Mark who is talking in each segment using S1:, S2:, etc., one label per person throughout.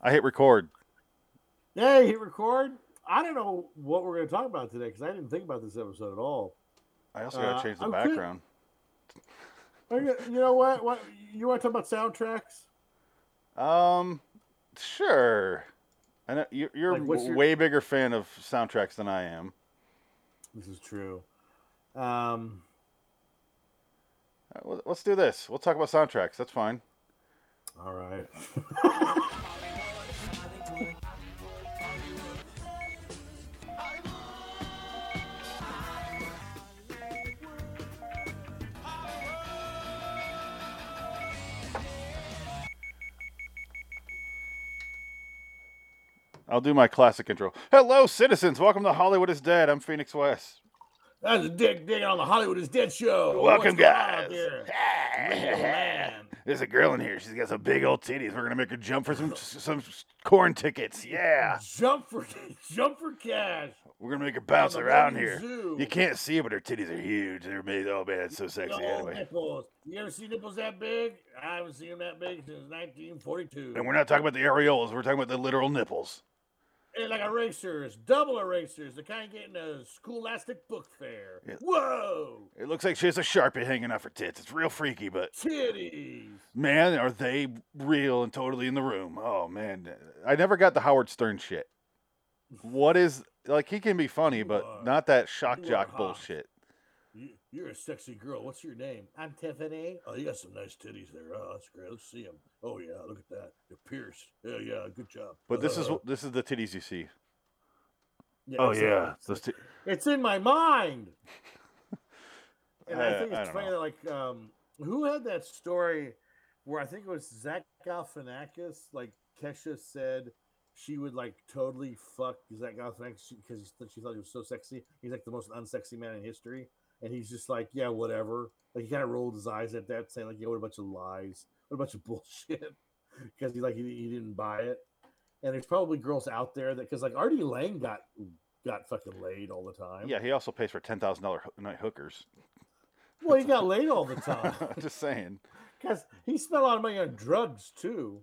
S1: I hit record.
S2: Hey, hit record. I don't know what we're going to talk about today because I didn't think about this episode at all.
S1: I also got to
S2: Uh,
S1: change the
S2: I'm good.
S1: background.
S2: Are You you know what? What you want to talk about soundtracks?
S1: Um, sure. I know you- you're
S2: Like, what's
S1: w-
S2: your-
S1: way bigger fan of soundtracks than I am.
S2: This is true. Um,
S1: Uh, well, Let's do this. We'll talk about soundtracks. That's fine.
S2: all right.
S1: I'll do my classic intro. Hello, citizens. Welcome to Hollywood is Dead. I'm Phoenix West.
S2: That's a dick digging on the Hollywood is Dead show.
S1: Welcome,
S2: What's going on
S1: guys.
S2: out there?
S1: Hey.
S2: Man.
S1: There's a girl in here. She's got some big old titties. We're gonna make her jump for some some corn tickets. Yeah,
S2: Jump for jump for cash.
S1: we're gonna make her bounce
S2: on the
S1: around
S2: London
S1: here.
S2: Zoo.
S1: You can't see it, but her titties are huge. They're amazing. Oh man, it's so sexy.
S2: No
S1: Anyway,
S2: nipples. You ever see nipples that big? I haven't seen them that big since 1942.
S1: and we're not talking about the areolas. We're talking about the literal nipples.
S2: They're Eh, like erasers, double erasers, the kind you get in a scholastic book fair.
S1: Yeah.
S2: Whoa!
S1: It looks like she has a sharpie hanging off her tits. It's real freaky, but
S2: Titties!
S1: man, are they real and totally in the room? Oh man, I never got the Howard Stern shit. What is like? He can be funny,
S2: You
S1: but
S2: are-
S1: not that shock
S2: you are
S1: jock
S2: hot.
S1: bullshit.
S2: You, you're a sexy girl. What's your name? I'm Tiffany. Oh, you got some nice titties there. Oh, that's great. Let's see them. Oh, yeah, look at that. They're pierced. Yeah, yeah, good job.
S1: But this is
S2: Uh,
S1: this is the titties you see.
S2: yeah,
S1: Oh
S2: exactly.
S1: yeah, those ti-
S2: It's in my mind. And I
S1: Uh,
S2: think
S1: I
S2: it's
S1: don't
S2: funny
S1: know.
S2: that like um who had that story where I think it was Zach Galifianakis, like Kesha said she would like totally fuck Zach Galifianakis because she thought he was so sexy. He's like the most unsexy man in history, and he's just like, yeah, whatever. Like he kind of rolled his eyes at that, saying like, yeah, what a bunch of lies, what a bunch of bullshit, because he like he, he didn't buy it. And there's probably girls out there that because like Artie Lang got got fucking laid all the time.
S1: yeah. He also pays for ten thousand dollar night hookers.
S2: Well, he got laid all the time
S1: Just saying.
S2: because he spent a lot of money on drugs too.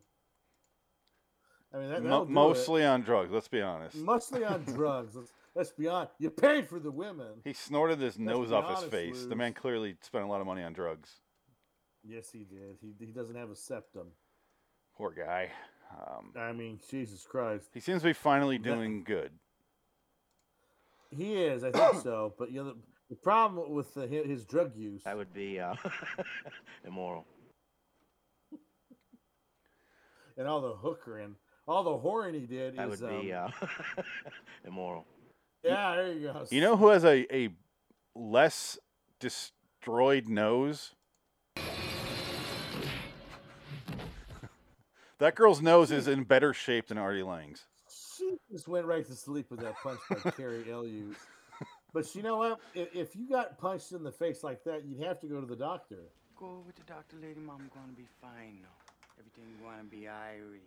S2: I mean, that,
S1: Mo-
S2: that'll do it.
S1: mostly on drugs. Let's be honest.
S2: mostly on drugs. Let's, let's be honest. You paid for the women.
S1: He snorted his nose
S2: be
S1: off his
S2: honest,
S1: face. The
S2: Luz.
S1: man clearly spent a lot of money on drugs.
S2: Yes, he did. He, he doesn't have a septum.
S1: Poor guy. Um,
S2: I mean, Jesus Christ,
S1: he seems to be finally
S2: That-
S1: doing good.
S2: he is. I think so. But you know, the, the problem with the, hi- his drug use.
S3: That would be uh, immoral.
S2: and all the hookering, all the whoring he did
S3: That
S2: is
S3: would be
S2: um,
S3: uh, immoral.
S2: yeah. There you go.
S1: You know who has a, a less destroyed nose? that girl's nose is in better shape than Artie Lang's.
S2: She just went right to sleep with that punch by Carrie Elliott. But you know what? If, if you got punched in the face like that, you'd have to go to the doctor.
S4: Go with the doctor, lady. Mom gonna be fine now. Everything gonna be irie.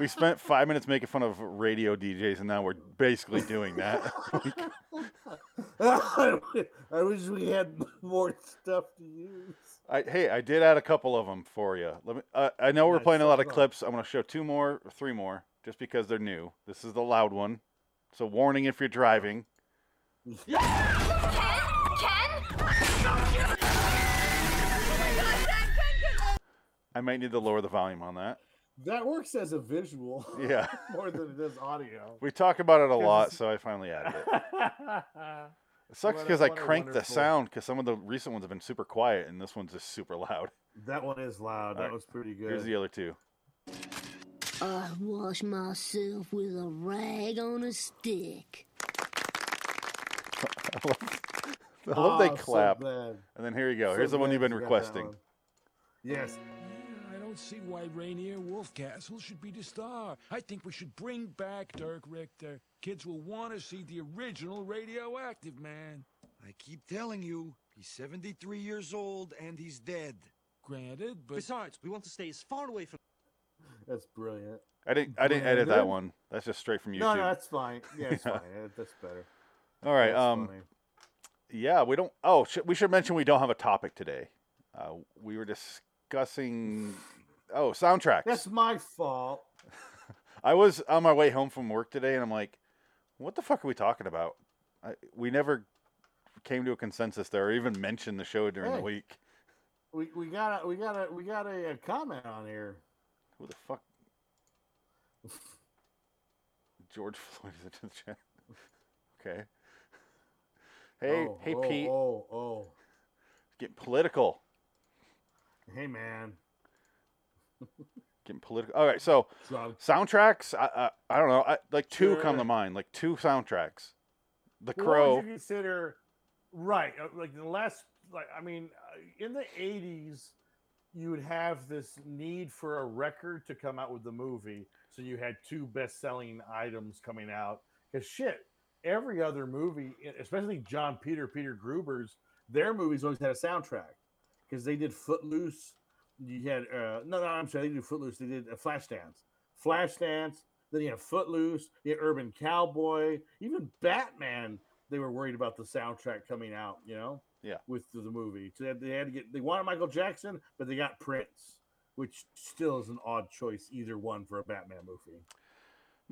S1: We spent five minutes making fun of radio DJs, and now we're basically doing that.
S2: I wish we had more stuff to use.
S1: I, hey, I did add a couple of them for you. Let me. Uh, I know we're
S2: Nice,
S1: playing a
S2: so
S1: lot of
S2: far.
S1: clips. I'm going to show two more, or three more, just because they're new. This is the loud one, so warning if you're driving. I might need to lower the volume on that.
S2: That works as a visual
S1: Yeah,
S2: more than it does audio.
S1: we talk about it a lot,
S2: it's-
S1: so I finally added it. It sucks because I cranked the sound because some of the recent ones have been super quiet, and this one's just super loud.
S2: that one is loud. That
S1: Alright,
S2: was pretty good.
S1: Here's the other two.
S5: I wash myself with a rag on a stick.
S1: I love they
S2: Oh, so
S1: clap.
S2: glad-
S1: and then here you go.
S2: so
S1: Here's the one
S2: glad
S1: you've been
S2: you got that
S1: requesting.
S2: one. Yes.
S6: Yeah, I don't see why Rainier Wolfcastle should be the star. I think we should bring back Dirk Richter. Kids will want to see the original radioactive man.
S7: I keep telling you, he's 73 years old and he's dead.
S6: Granted, but
S7: Besides, we want to stay as far away from.
S2: That's brilliant.
S1: I didn't. I didn't edit that
S2: Brandon?
S1: one. That's just straight from YouTube.
S2: No, no, that's fine. Yeah, it's
S1: Yeah.
S2: fine. Yeah, That's better.
S1: All right.
S2: That's
S1: um.
S2: funny.
S1: Yeah, we don't. Oh, sh- we should mention we don't have a topic today. Uh, we were discussing Oh, soundtracks.
S2: That's my fault.
S1: I was on my way home from work today, and I'm like, "What the fuck are we talking about? I, we never came to a consensus there, or even mentioned the show during
S2: Hey.
S1: the week.
S2: We, we got a we got a we got a, uh comment on here.
S1: Who the fuck?" George Floyd is in the chat. Okay. Hey,
S2: Oh,
S1: hey,
S2: oh,
S1: Pete,
S2: Oh, oh,
S1: getting political.
S2: hey, man.
S1: Getting political. All right, so
S2: Drug.
S1: soundtracks. I I, I don't know. I, like two come to
S2: Sure.
S1: mind. Like two soundtracks. The
S2: What would
S1: Crow.
S2: you consider right? uh, Like the last, like I mean, uh, in the '80s, you would have this need for a record to come out with the movie, so you had two best-selling items coming out. Because shit, every other movie, e- especially John Peter Peter Gruber's, their movies always had a soundtrack because they did Footloose. You had uh, no, no, I'm sorry, they did Footloose. They did uh, Flashdance, Flashdance. Then you have Footloose, you have Urban Cowboy, even Batman. They were worried about the soundtrack coming out, you know.
S1: Yeah.
S2: With the, the movie, so they had, they had to get they wanted Michael Jackson, but they got Prince, which still is an odd choice either one for a Batman movie.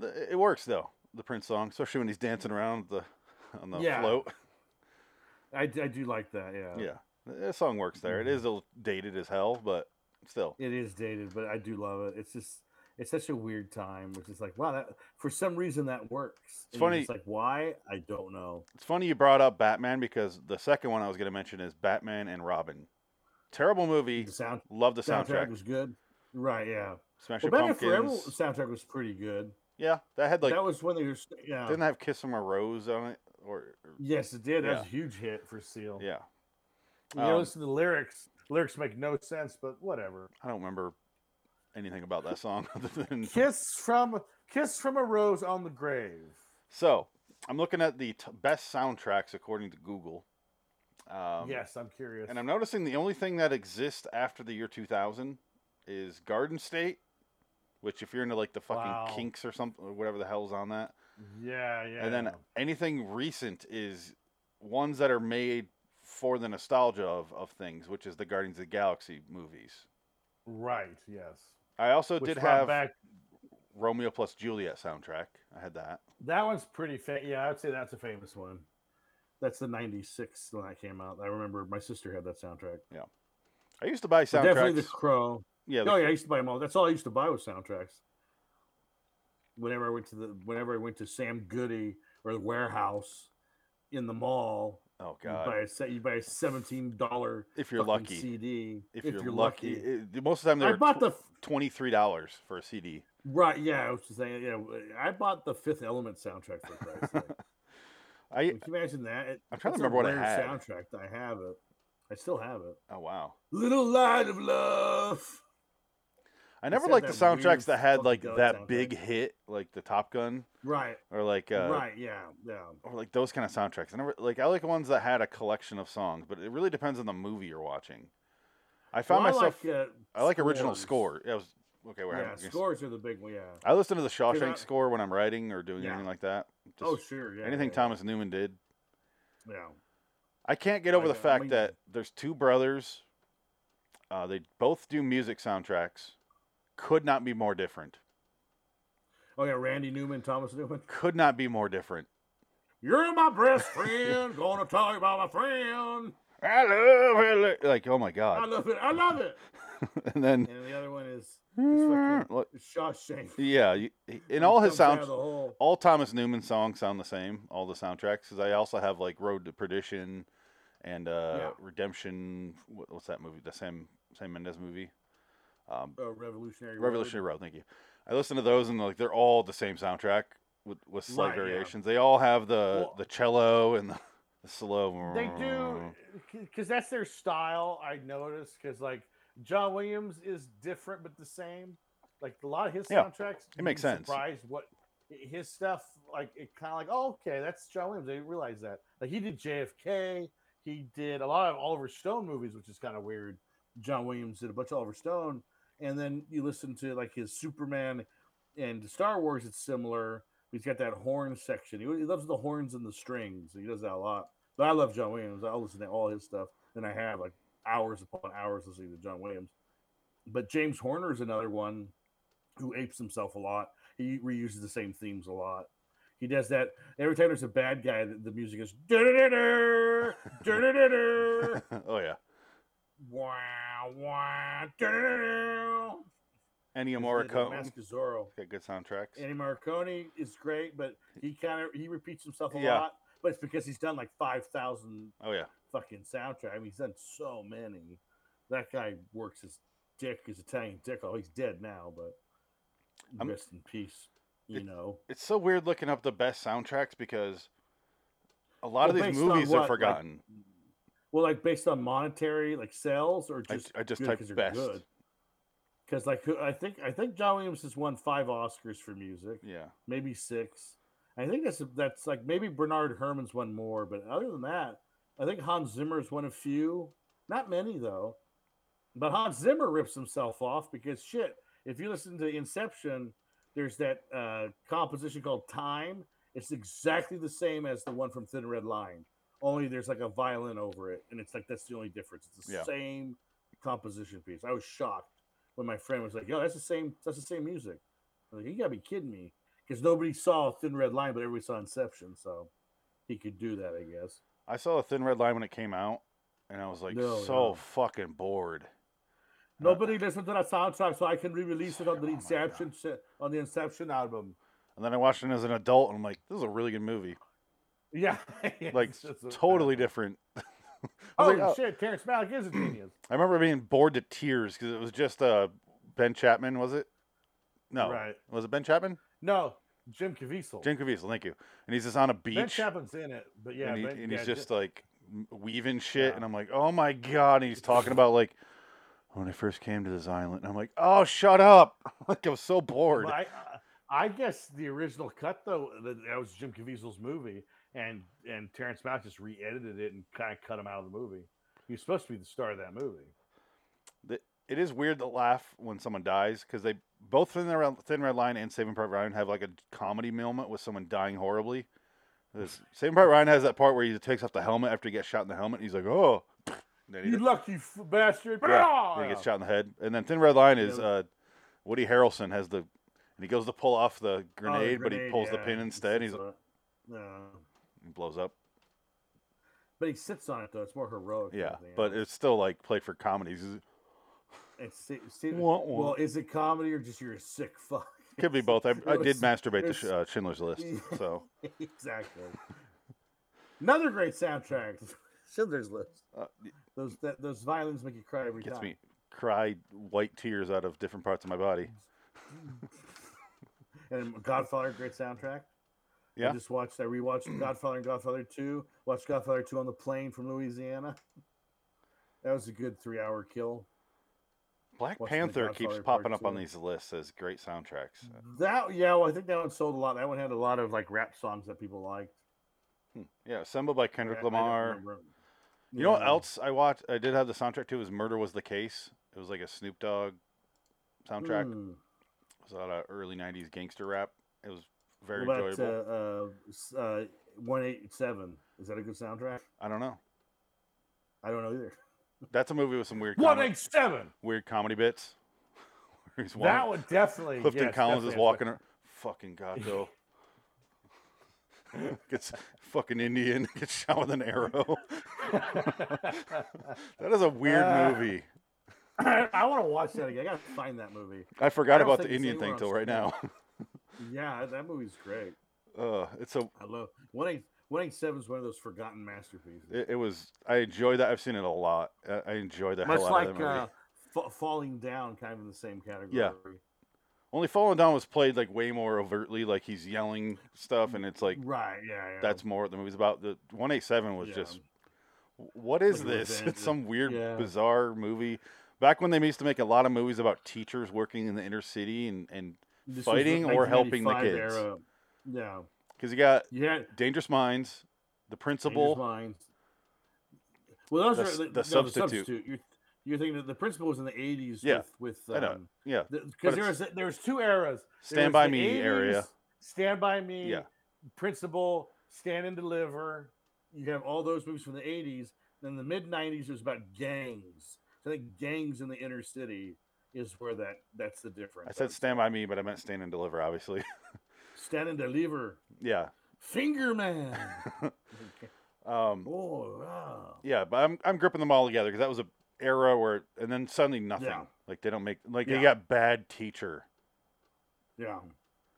S1: Th- It works though, the Prince song, especially when he's dancing around the on the
S2: Yeah.
S1: float.
S2: I, d- I do like that, yeah. Mm-hmm.
S1: Yeah, Th- that song works there. It is a little dated as hell, but still,
S2: It is dated, but I do love it. It's just it's such a weird time, which is like wow, that for some reason that works.
S1: It's
S2: And you're
S1: funny-
S2: just like why I don't know.
S1: it's funny you brought up Batman because the second one I was going to mention is Batman and Robin. Terrible movie.
S2: The sound
S1: Love the
S2: soundtrack,
S1: soundtrack.
S2: was good, right? Yeah.
S1: Smashing
S2: Well, Batman Forever
S1: Pumpkins.
S2: soundtrack was pretty good.
S1: Yeah, that had like
S2: that was uh, when they were st- yeah.
S1: didn't that have "Kiss from a Rose" on it, or, or-
S2: Yes, it did. That was
S1: Yeah.
S2: a huge hit for Seal.
S1: yeah,
S2: You know,
S1: Um,
S2: listen to the lyrics. Lyrics make no sense, but whatever.
S1: I don't remember anything about that song other than
S2: Kiss from kiss from a rose on the grave.
S1: so. I'm looking at the t- best soundtracks according to Google. Um,
S2: yes, I'm curious.
S1: And I'm noticing the only thing that exists after the year 2000 is Garden State, which if you're into like the fucking
S2: Wow.
S1: Kinks or something, or whatever the hell's on that,
S2: yeah, yeah.
S1: and then anything recent is ones that are made for the nostalgia of, of things, which is the Guardians of the Galaxy movies.
S2: right, yes.
S1: I also
S2: Which
S1: did
S2: brought
S1: have
S2: back
S1: Romeo plus Juliet soundtrack. I had that.
S2: that one's pretty famous. Yeah, I'd say that's a famous one. That's the '96 when that came out. I remember my sister had that soundtrack.
S1: I used to buy
S2: But Definitely the
S1: soundtracks.
S2: Crow.
S1: Yeah,
S2: oh
S1: the-
S2: yeah, I used to buy them all. That's all I used to buy was soundtracks. Whenever I went to the whenever I went to Sam Goody or the warehouse in the mall,
S1: oh
S2: you
S1: god.
S2: buy a set. You buy a seventeen dollar
S1: If you're lucky.
S2: CD.
S1: If, you're, lucky, It- most of the time they
S2: I
S1: were
S2: bought the f-
S1: twenty three dollars for a CD.
S2: right. Yeah, I was just saying. Yeah, I bought the Fifth Element soundtrack for Christ's sake.
S1: I
S2: Can you imagine that? It-
S1: I'm trying to
S2: it's a
S1: remember what I had.
S2: rare Soundtrack. that I have it. I still have it.
S1: oh wow.
S2: Little light of love.
S1: I never
S2: had
S1: liked the
S2: that weird
S1: soundtracks that had
S2: fucking
S1: like
S2: goat
S1: that
S2: soundtrack.
S1: big hit, like the Top Gun,
S2: Right.
S1: or like uh,
S2: right. Yeah. Yeah.
S1: or like those kind of soundtracks. I never like I like ones that had a collection of songs, but it really depends on the movie you're watching. I found
S2: Well,
S1: myself I like,
S2: uh,
S1: original score.
S2: scores.
S1: Yeah, I was okay. We're
S2: Yeah,
S1: having,
S2: scores are the big one. Yeah.
S1: I listen to the
S2: I-
S1: Shawshank score when I'm writing or doing
S2: Yeah.
S1: anything like that. Just
S2: oh sure. Yeah.
S1: anything
S2: yeah,
S1: Thomas Newman did.
S2: Yeah.
S1: I can't get
S2: I
S1: over the
S2: got- I
S1: fact
S2: mean-
S1: that there's two brothers. Uh, they both do music soundtracks. Could not be more different.
S2: Oh yeah, Randy Newman, Thomas Newman.
S1: Could not be more different.
S2: You're my best friend. Gonna tell you about my friend.
S1: I love it. Like, oh my
S2: I
S1: god.
S2: love it. I love it.
S1: and then
S2: And the other one is, is fucking
S1: Look,
S2: Shawshank.
S1: yeah, you, he- in
S2: He
S1: all his
S2: comes out of
S1: sounds,
S2: the hole.
S1: all Thomas Newman songs sound the same. All the soundtracks, because I also have like Road to Perdition and uh,
S2: Yeah.
S1: Redemption. What, what's that movie? The Sam Sam Mendes movie, um,
S2: Uh, Revolutionary. Road.
S1: Revolutionary Road. Thank you. I listen to those and like they're all the same soundtrack with, with slight
S2: Right, yeah.
S1: variations. They all have the
S2: Well-
S1: the cello and the, the slow.
S2: They do because that's their style. I noticed because like John Williams is different but the same. Like a lot of his
S1: Yeah,
S2: soundtracks,
S1: it makes
S2: you'd be
S1: sense.
S2: Surprised what hi- his stuff like it kind of like oh okay that's John Williams. I didn't realize that. Like he did JFK. He did a lot of Oliver Stone movies, which is kind of weird. John Williams did a bunch of Oliver Stone, and then you listen to like his Superman and Star Wars. It's similar. He's got that horn section. He, he loves the horns and the strings. He does that a lot. But I love John Williams. I listen to all his stuff, and I have like hours upon hours listening to John Williams. but James Horner is another one who apes himself a lot. He reuses the same themes a lot. He does that every time there's a bad guy. The, the music is "Dur-dur-dur-dur, dur-dur-dur-dur,
S1: oh yeah.
S2: wow wow dur-dur-dur."
S1: Ennio
S2: He did the
S1: Morricone.
S2: Mask of Zorro.
S1: Got good soundtracks.
S2: Andy Marconi is great, but he kind of he repeats himself a
S1: Yeah.
S2: lot. But it's because he's done like five thousand
S1: Oh yeah.
S2: fucking soundtrack. I mean, he's done so many. That guy works his dick, his Italian dick. Oh, he's dead now, but
S1: I'm-
S2: rest in peace. You
S1: It-
S2: know,
S1: It's so weird looking up the best soundtracks because a lot
S2: Well,
S1: of these
S2: based on
S1: movies
S2: what,
S1: are
S2: like,
S1: forgotten.
S2: well, like based on monetary, like sales, or
S1: I-
S2: just
S1: I, just
S2: good
S1: typed
S2: 'cause they're
S1: best.
S2: good. Because like who- I think I think John Williams has won five Oscars for music,
S1: Yeah.
S2: maybe six. I think that's that's like maybe Bernard Herrmann's won more, but other than that, I think Hans Zimmer's won a few, not many though. But Hans Zimmer rips himself off because shit. If you listen to Inception, there's that uh, composition called Time. It's exactly the same as the one from Thin Red Line, only there's like a violin over it, and it's like that's the only difference. It's the
S1: Yeah.
S2: same composition piece. I was shocked when my friend was like, "Yo, that's the same. That's the same music." I was like, "You gotta be kidding me!" Because nobody saw Thin Red Line, but everybody saw Inception, so he could do that, I guess.
S1: I saw a Thin Red Line when it came out, and I was like
S2: No,
S1: so
S2: no.
S1: fucking bored.
S2: Nobody listened to that soundtrack, so I can re-release it on the
S1: Uh, Oh my God.
S2: Inception se- on the Inception album.
S1: And then I watched it as an adult, and I'm like, this is a really good movie.
S2: Yeah,
S1: Like
S2: It's just so
S1: totally
S2: bad.
S1: different. I
S2: Oh,
S1: was like, oh.
S2: shit, Terrence Malick is a genius.
S1: I remember being bored to tears because it was just uh, Ben Chapman, was it? No,
S2: Right.
S1: was it Ben Chapman?
S8: No, Jim Caviezel.
S1: Jim Caviezel, thank you. And he's just on a beach,
S8: Ben Chapman's in it, but yeah,
S1: and, he,
S8: Ben-
S1: and
S8: yeah,
S1: he's
S8: Jim-
S1: just like weaving shit, and I'm like, oh my god. And he's talking about like when I first came to this island, and I'm like, oh shut up. like I was so bored.
S8: Well, I, I I guess the original cut though that, that was Jim Caviezel's movie, and and Terrence Malick just re-edited it and kind of cut him out of the movie. He was supposed to be the star of that movie.
S1: it is weird to laugh when someone dies because they both Thin Red, Thin Red Line and Saving Private Ryan have like a comedy moment with someone dying horribly. 'Cause Saving Private Ryan has that part where he takes off the helmet after he gets shot in the helmet. And he's like, "Oh," and then he,
S2: You lucky f- bastard!
S1: yeah, then he gets shot in the head. And then Thin Red Line is
S2: Yeah.
S1: uh, Woody Harrelson has the, and he goes to pull off the
S8: Oh,
S1: grenade, but he
S2: Oh, grenade,
S1: pulls the
S2: yeah,
S1: pin
S2: he
S1: instead. And he's
S2: sits on it. No,
S1: he blows up.
S2: but he sits on it though. It's more heroic. than
S1: Yeah,
S2: anything
S1: but
S2: else.
S1: it's still like played for comedies. It
S2: It's si- si-
S1: Wah, wah.
S2: well, is it comedy or just you're a sick fuck?
S1: could be both. I, I
S2: It
S1: did
S2: was-
S1: masturbate to
S2: it's-
S1: Sh- uh, Schindler's List, so.
S2: exactly. Another great soundtrack, Schindler's List.
S1: Uh,
S2: Those that, those violins make you cry every
S1: gets
S2: time.
S1: me cry white tears out of different parts of my body.
S2: And Godfather, great soundtrack.
S1: Yeah.
S2: I just watched. I rewatched Godfather and Godfather Two. Watched Godfather Two on the plane from Louisiana. That was a good three-hour kill.
S1: Black
S2: What's the
S1: Panther keeps
S2: Godfather Part
S1: popping up on
S2: Two? Mm.
S1: these lists as great soundtracks.
S2: That yeah, well, I think that one sold a lot. That one had a lot of like rap songs that people liked.
S1: Yeah, assembled by Kendrick
S2: I- I don't
S1: Lamar.
S2: remember.
S1: You know what
S2: Yeah.
S1: else I watched? I did have the soundtrack to. Was Murder Was the Case? It was like a Snoop Dogg soundtrack. It
S2: Hmm.
S1: was a lot of early '90s gangster rap. It was very
S2: What about,
S1: enjoyable.
S2: Uh, uh, s- uh, 187. Is that a good soundtrack?
S1: I don't know.
S2: I don't know either.
S1: That's a movie with some weird
S8: One
S1: comedy,
S8: eight seven.
S1: weird comedy bits. Where he's
S8: That
S1: walking-
S8: would definitely.
S1: Clifton
S8: yes,
S1: Collins is
S8: definitely.
S1: walking. ar- Fucking god though. gets fucking Indian gets shot with an arrow. that is a weird
S2: Uh,
S8: Ah.
S1: movie.
S2: I want to watch that again. I gotta find that movie.
S1: I forgot
S2: don't
S1: about
S2: think
S1: the
S2: it's
S1: Indian
S2: anywhere
S1: thing
S2: on
S1: till right now.
S2: Yeah, that movie's great.
S1: uh, it's a.
S2: I love 18 187 is one of those forgotten masterpieces.
S1: It, it was. I enjoy that. I've seen it a lot. I, I enjoy the
S2: Much
S1: hell out
S2: like
S1: of that movie.
S2: uh, fa- Falling Down, kind of in the same category.
S1: Only Falling Down was played like way more overtly. Like he's yelling stuff, and it's like
S2: Right. Yeah. yeah.
S1: that's more what the movie's about. The one eight seven was
S2: Yeah.
S1: just what is
S2: Like a
S1: this?
S2: revenge-
S1: It's some weird,
S2: yeah.
S1: bizarre movie. Back when they used to make a lot of movies about teachers working in the inner city and and
S2: This was the
S1: fighting or helping the
S2: 1985
S1: kids,
S2: era. Yeah.
S1: because you got
S2: You had
S1: Dangerous Minds, The
S2: Dangerous
S1: Principal.
S2: Minds. Well, those
S1: The
S2: are
S1: s-
S2: the,
S1: the
S2: no,
S1: substitute.
S2: You're, you're thinking that the principal was in the '80s.
S1: Yeah,
S2: with,
S1: I
S2: with
S1: know.
S2: um,
S1: Yeah,
S2: because there
S1: it's-
S2: was there was two eras.
S1: Stand
S2: There
S1: by
S2: was the
S1: Me area.
S2: 80s, Stand by Me.
S1: Yeah.
S8: Principal, stand and deliver.
S2: You have all those movies from the '80s. Then the mid '90s was about gangs. So I think gangs in the inner city is where that that's the difference.
S1: I said Stand By Me, but I meant Stand and Deliver, obviously.
S2: stand and deliver,
S1: yeah.
S2: finger man.
S1: Um,
S2: oh wow,
S1: yeah, but I'm, I'm gripping them all together because that was a era where, and then suddenly nothing.
S2: Yeah.
S1: Like they don't make, like
S2: Yeah.
S1: they got Bad Teacher.
S2: yeah,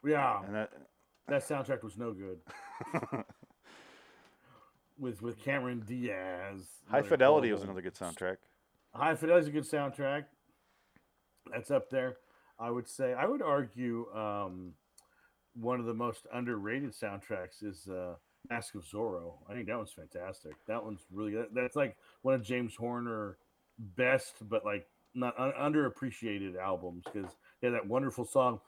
S2: yeah.
S1: And that,
S2: That soundtrack was no good. with with Cameron Diaz.
S1: High
S2: another
S1: Fidelity was
S2: horrible-
S1: another good soundtrack.
S2: High Fidelity's a good soundtrack. That's up there. I would say. I would argue um, one of the most underrated soundtracks is uh, Mask of Zorro. I think that one's fantastic. That one's really good. That's like one of James Horner best, but like not un- underappreciated albums because they had that wonderful song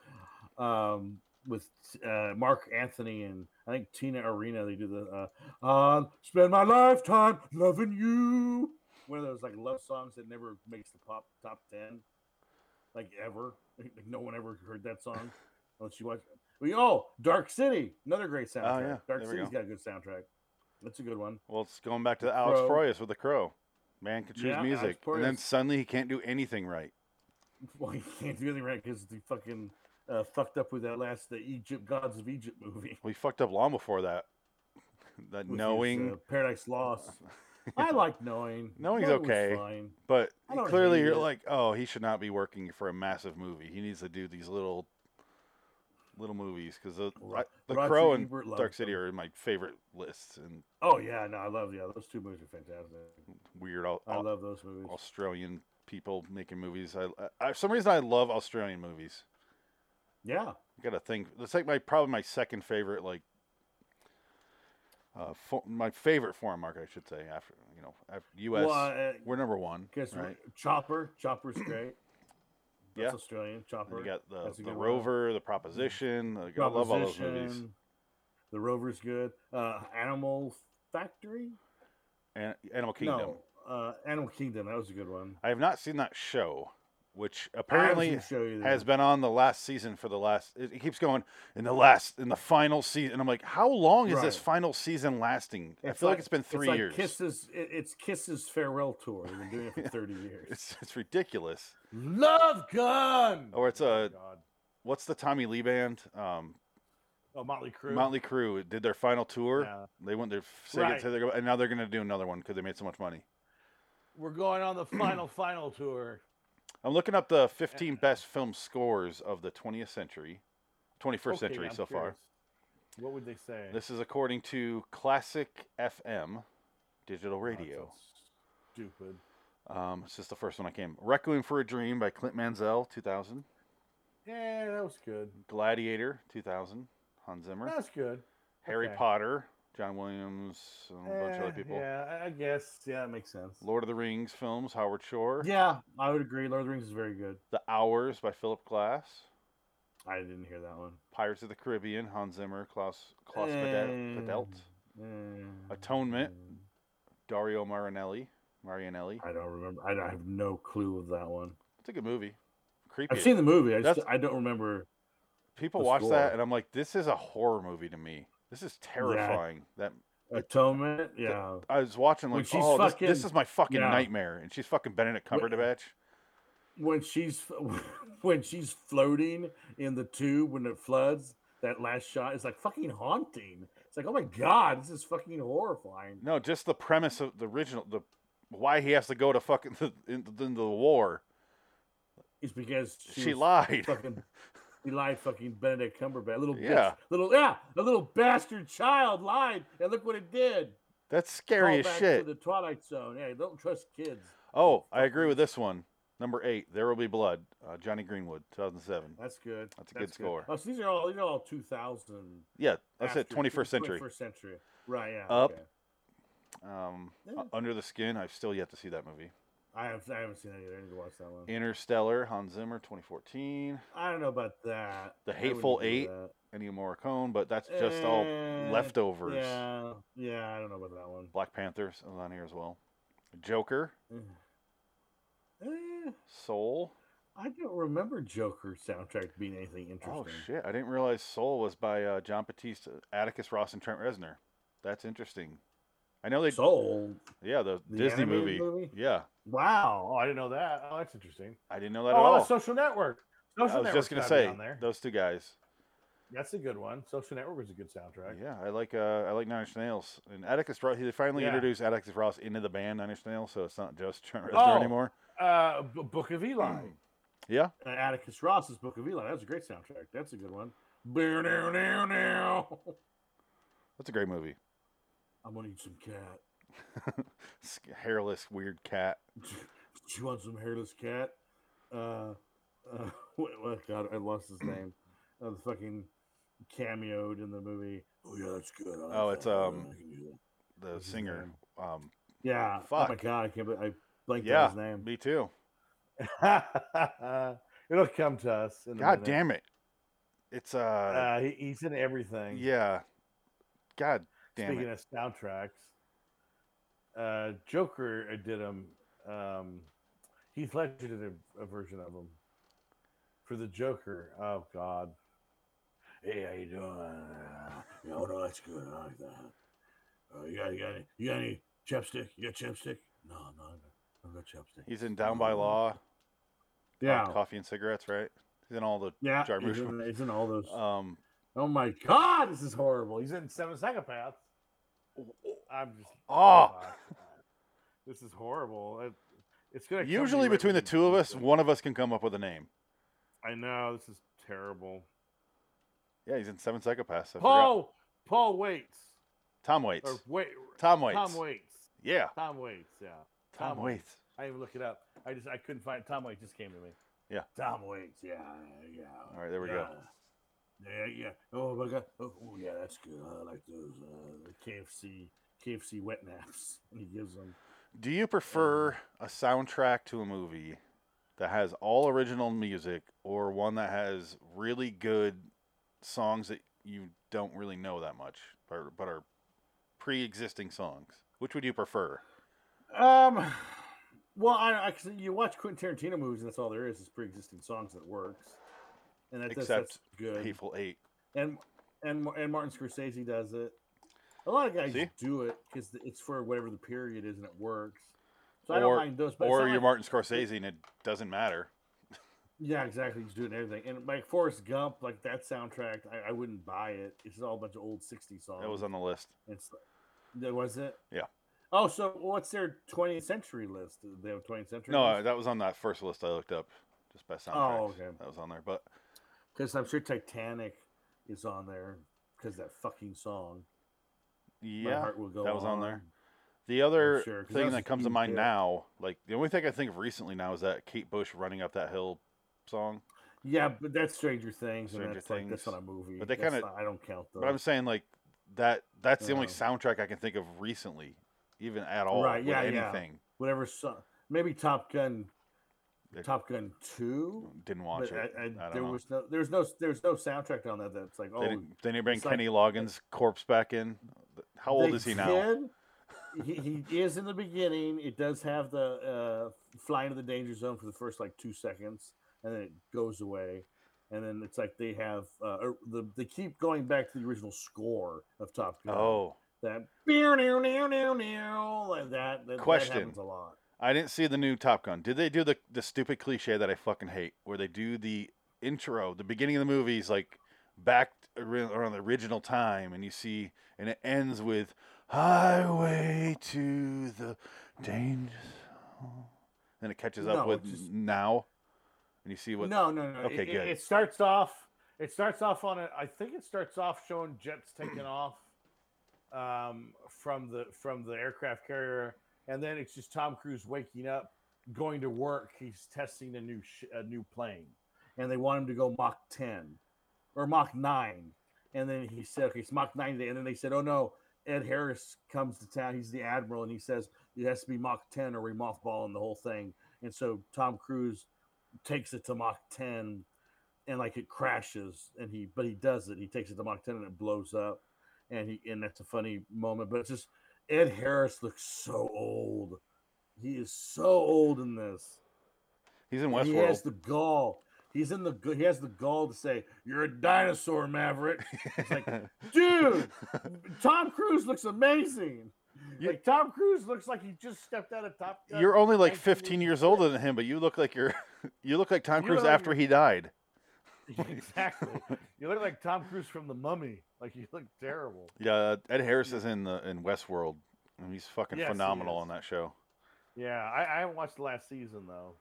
S2: um, with uh, Mark Anthony and I think Tina Arena. They do the uh, "I'll spend my lifetime loving you." One of those like love songs that never makes the pop top ten, like ever. Like no one ever heard that song unless you watch. We oh, Dark City, another great soundtrack.
S1: Oh, yeah, there
S2: Dark
S1: we
S2: City's
S1: go.
S2: got a good soundtrack. That's a good one.
S1: Well, it's going back to Alex
S2: Crow.
S1: Proyas with The Crow. Man could choose
S2: Yeah, Alex
S1: music. And then
S2: Proyas.
S1: suddenly he can't do anything right.
S2: Well, you can't do anything right because they fucking uh, fucked up with that last the Egypt Gods of Egypt movie.
S1: We fucked up long before that. That
S2: with his,
S1: knowing,
S2: uh, Paradise Lost. I like knowing.
S1: Knowing's
S2: Knowing was
S1: okay.
S2: fine.
S1: but
S2: I don't
S1: clearly
S2: hate
S1: you're
S2: it.
S1: like, oh, he should not be working for a massive movie. He needs to do these little, little movies because the,
S2: Ro-
S1: I- the
S2: Roger
S1: Crow and
S2: Ebert loved
S1: Dark City
S2: them.
S1: are in my favorite lists and
S2: Oh yeah, no, I love yeah. Those two movies are fantastic.
S1: weird all,
S2: I love those movies.
S1: Australian people making movies. I, I, I- for some reason I love Australian movies.
S2: Yeah,
S1: I got to think. That's like my probably my second favorite like uh fo- my favorite foreign market I should say after you know after US
S2: well, uh,
S1: we're number 1
S2: guess what?
S1: right.
S2: Chopper, Chopper's great.
S1: Yeah.
S2: That's Australian
S1: And
S2: Chopper.
S1: you got the
S2: That's a
S1: the
S2: good one.
S1: Rover, the Proposition, like, I love all those movies.
S2: Proposition, The Rover's good. Uh, Animal Factory.
S1: And Animal Kingdom.
S2: No, uh, Animal Kingdom. That was a good one.
S1: I have not seen that show which
S2: I haven't
S1: apparently
S2: seen the show either.
S1: has been on the last season for the last it, it keeps going in the last in the final season and i'm like how long is this
S2: Right.
S1: final season lasting i feel like, it's been three
S2: like
S1: years
S2: Kisses. It, it's Kisses farewell tour. They've been doing it for thirty years.
S1: it's, it's ridiculous
S8: Love Gun.
S1: or it's uh,
S2: Oh,
S1: a
S8: God.
S1: what's the tommy lee band um
S8: Oh, Motley Crue.
S1: motley Crue did their final tour
S8: Yeah.
S1: they went their second
S8: Right.
S1: to their, and now they're gonna do another one because they made so much money
S8: We're going on the final, final tour.
S1: i'm looking up the 15 best film scores of the 20th century 21st
S8: Okay,
S1: century
S8: I'm
S1: so far
S8: curious. What would they say?
S1: This is according to Classic FM digital
S8: Oh, that
S1: radio.
S8: sounds Stupid.
S1: Um, it's just the first one I came. Requiem for a Dream by Clint Mansell, 2000.
S8: Yeah, that was good.
S1: Gladiator, 2000. Hans Zimmer.
S8: That's good.
S1: Harry
S8: okay. Potter.
S1: Potter, John Williams, and a bunch of other people.
S8: Eh, Yeah, I- I guess. Yeah, that makes sense.
S1: Lord of the Rings films, Howard Shore.
S2: Yeah, I would agree. Lord of the Rings is very good.
S1: The Hours by Philip Glass.
S2: I didn't hear that one.
S1: Pirates of the Caribbean, Hans Zimmer, Klaus, Klaus Fidel- Fidelt.
S2: Mm,
S1: Atonement,
S2: mm,
S1: Dario Marinelli. Marinelli.
S2: I don't remember. I, don't- I have no clue of that one.
S1: It's a good movie. Creepy.
S2: I've seen the movie. I, just,
S1: That's-
S2: I don't remember.
S1: people
S2: the
S1: watch
S2: score.
S1: that and I'm like, this is a horror movie to me. This is terrifying. That
S2: Atonement. Yeah.
S1: I was watching
S2: When
S1: like,
S2: she's
S1: oh, this, this
S2: fucking-
S1: is my fucking
S2: yeah.
S1: nightmare, and she's fucking Benedict
S2: Wh-
S1: Cumberbatch.
S2: When she's when she's floating in the tube when it floods, that last shot is like fucking haunting. It's like, oh my god, this is fucking horrifying.
S1: No, just the premise of the original, the why he has to go to fucking the, in, in the war.
S2: It's because
S1: She,
S2: was
S1: lied.
S2: Fucking, he lied. Fucking Benedict Cumberbatch. Little
S1: Yeah.
S2: bitch. Little yeah. The little bastard child lied, and look what it did.
S1: That's scary as
S2: Callback
S1: shit.
S2: To the Twilight Zone. Yeah, don't trust kids.
S1: Oh, I agree with this one. Number eight, There Will Be Blood, uh, Johnny Greenwood, 2007.
S2: That's good.
S1: That's a good score.
S2: Oh, so these are all these are all 2000.
S1: Yeah, that's it,
S2: after-
S1: 21st century.
S2: 21st century. Right. Yeah.
S1: Up.
S2: okay.
S1: Um,
S2: Yeah.
S1: Under the Skin, I've still yet to see that movie.
S2: I have I haven't seen that either. I need to watch that one.
S1: Interstellar, Hans Zimmer, 2014.
S2: I don't know about that.
S1: The
S2: I wouldn't
S1: Hateful
S2: do
S1: Eight,
S2: that.
S1: Ennio Morricone, but that's just all
S2: Eh,
S1: leftovers.
S2: Yeah. Yeah. I don't know about that one.
S1: Black Panther's on here as well. Joker,
S2: Eh,
S1: Soul.
S2: I don't remember Joker soundtrack being anything interesting.
S1: Oh shit! I didn't realize Soul was by uh, John Batiste, Atticus Ross, and Trent Reznor. That's interesting. I I know they.
S2: Sold.
S1: yeah, the,
S2: the
S1: Disney movie.
S2: animated movie?
S1: Yeah,
S2: Wow.
S8: Oh, I didn't know that. Oh, that's interesting.
S1: I didn't know that
S8: Oh,
S1: at all.
S8: Social Network. Social
S1: I was just gonna
S8: Network's gotta be
S1: say
S8: on there.
S1: those two guys.
S8: That's a good one. Social Network was a good soundtrack.
S1: Yeah, I like uh, I like Nine Inch Nails and Atticus Ross. They finally
S8: Yeah.
S1: introduced Atticus Ross into the band Nine Inch Nails, so it's not just Trent Reznor
S8: Oh.
S1: anymore.
S8: Uh, B- Book of Eli.
S1: Yeah,
S2: Uh, Atticus Ross's Book of Eli. That was a great soundtrack. That's a good one. Bear now, now, now.
S1: that's a great movie.
S2: I'm gonna eat some cat.
S1: S- Hairless, weird cat.
S2: Do you want some hairless cat? Uh, uh what, what- God, I lost his name. Uh, the fucking cameoed in the movie. Oh yeah, that's good. I like
S1: Oh, it's,
S2: that. I
S1: um,
S2: can do that.
S1: The
S2: What's his
S1: singer.
S2: name?
S1: Um,
S2: Yeah. Oh my
S1: fuck.
S2: god, I can't. believe I blanked
S1: yeah,
S2: on his name.
S1: me too.
S8: It'll come to us. In a
S1: God
S8: minute.
S1: damn it! It's uh,
S8: Uh, he, he's in everything.
S1: yeah. God damn
S8: Speaking
S1: it!
S8: of soundtracks, uh, Joker did him. Um, Heath Ledger did a, a version of him for the Joker. Oh God. Hey, how you doing?
S2: Yeah, oh no, that's good. I like that. Uh, you got, you got, any, you got any chapstick? You got chapstick? No, no, I've got chapstick.
S1: He's in Down by Law. uh,
S2: Yeah,
S1: Coffee and cigarettes, right? He's in all the.
S2: yeah.
S1: Jar
S2: He's
S1: Jar-
S2: in, he's in all those.
S1: Um,
S2: oh my god, this is horrible. He's
S8: He's in Seven Psychopaths. I'm just.
S1: oh,
S8: This is horrible. It, it's gonna. come to you
S1: usually
S8: right
S1: between the
S8: when you
S1: two of
S8: think it.
S1: us, one of us can come up with a name.
S8: I know this is terrible.
S1: Yeah, he's in Seven Psychopaths. I forgot.
S8: Paul. Paul Waits.
S1: Tom Waits.
S8: Or wait.
S1: Tom Waits.
S8: Tom Waits.
S1: Yeah.
S8: Tom Waits. Yeah.
S1: Tom
S8: Tom
S1: Waits.
S8: I didn't even look it up. I just I couldn't find Tom Waits. Just came to me.
S2: Tom Waits. Yeah, yeah.
S1: All right, there we go.
S2: Yeah, yeah. Oh my god. Oh, oh, yeah, that's good. I like those uh, the KFC KFC wet naps. And he gives them.
S1: Do you prefer a soundtrack to a movie that has all original music or one that has really good songs that you don't really know that much or, but are pre existing songs? Which would you prefer?
S2: Um. Well, I, I 'cause you watch Quentin Tarantino movies, and that's all there is is pre-existing songs that works, and that, that's, that's
S1: Except
S2: good.
S1: Hateful Eight.
S2: and and Ma- and Martin Scorsese does it. A lot of guys
S1: See?
S2: do it because it's for whatever the period is and it works. So I don't
S1: Or-
S2: mind those. But it's
S1: Or
S2: not
S1: you're
S2: like-
S1: Martin Scorsese and it doesn't matter.
S2: yeah, exactly. He's doing everything. And like Forrest Gump, like that soundtrack, I, I wouldn't buy it. It's all a bunch of old '60s songs.
S1: That was on the list.
S2: It's there was it.
S1: Yeah.
S2: Oh, so what's their 20th century list? Do They have 20th century.
S1: No, uh, that was on that first list I looked up just by soundtracks.
S2: Oh, okay.
S1: That was on there. But
S2: because I'm sure Titanic is on there because that fucking song. My
S1: yeah.
S2: heart will go.
S1: that was on there.
S2: on.
S1: The other
S2: sure, 'cause that
S1: thing
S2: was
S1: that
S2: a
S1: comes to
S2: huge
S1: mind
S2: hit.
S1: now, like the only thing I think of recently now is that Kate Bush running up that hill song.
S2: Yeah, but that's Stranger Things,
S1: Stranger
S2: and that's like that's
S1: Things.
S2: not a movie.
S1: But they
S2: That's
S1: kinda-
S2: not- I don't count those.
S1: But I'm saying like that that's the only
S2: Uh-huh.
S1: soundtrack I can think of recently, even at all
S2: Right,
S1: with
S2: yeah, yeah.
S1: anything.
S2: Whatever song, maybe Top Gun,
S1: They-
S2: Top Gun Two.
S1: Didn't watch
S2: but
S1: it.
S2: I, I-
S1: I, don't
S2: there
S1: know.
S2: was no, there's no, there's no soundtrack on that. That's like, oh,
S1: they, didn't, they didn't bring
S2: it's like-
S1: Kenny Loggins' corpse back in. How old
S2: they
S1: is he now?
S2: did- he, he is in the beginning. It does have the uh, fly into the danger zone for the first like two seconds, and then it goes away. And then it's like they have uh, or the they keep going back to the original score of Top Gun.
S1: Oh,
S2: that beer, near, near, near, near, like that. that
S1: Question.
S2: that happens a lot.
S1: I didn't see the new Top Gun. Did they do the the stupid cliche that I fucking hate, where they do the intro, the beginning of the movie is like back ar- around the original time, and you see, and it ends with "Highway to the Danger," Zone." and it catches up
S2: No,
S1: with
S2: it's just-
S1: now, and you see what?
S2: No, no, no.
S1: Okay,
S8: it, it-
S1: good.
S8: It, starts off. It starts off on a. I think it starts off showing jets taking off um, from the from the aircraft carrier, and then it's just Tom Cruise waking up, going to work. He's testing a new sh- a new plane.
S2: and they want him to go Mach 10 or Mach 9. And then he said, okay, it's Mach 9 today. And then they said, oh no, Ed Harris comes to town. He's the admiral. And he says, it has to be Mach 10 or we mothballing the whole thing. And so Tom Cruise takes it to Mach 10 and like it crashes. And he, but he does it. He takes it to Mach 10 and it blows up. And he, and that's a funny moment. But it's just Ed Harris looks so old. He is so old in this.
S1: He's in
S2: He has
S1: Westworld.
S2: the gall. He's in the. gu- He has the gall to say, "You're a dinosaur, Maverick." It's like, dude, Tom Cruise looks amazing.
S1: You-
S8: like Tom Cruise looks like he just stepped out of Top Gun.
S1: You're only like
S8: 1986.
S1: 15 years older than him, but you look like you're you look like Tom
S8: You
S1: Cruise
S8: look like
S1: after
S8: you're-
S1: he died.
S8: exactly. You look like Tom Cruise from The Mummy. Like you look terrible.
S1: Yeah, uh, Ed Harris is in the in Westworld. And he's fucking
S8: Yes, he
S1: phenomenal
S8: is.
S1: on that show.
S8: Yeah, I, I haven't watched the last season though.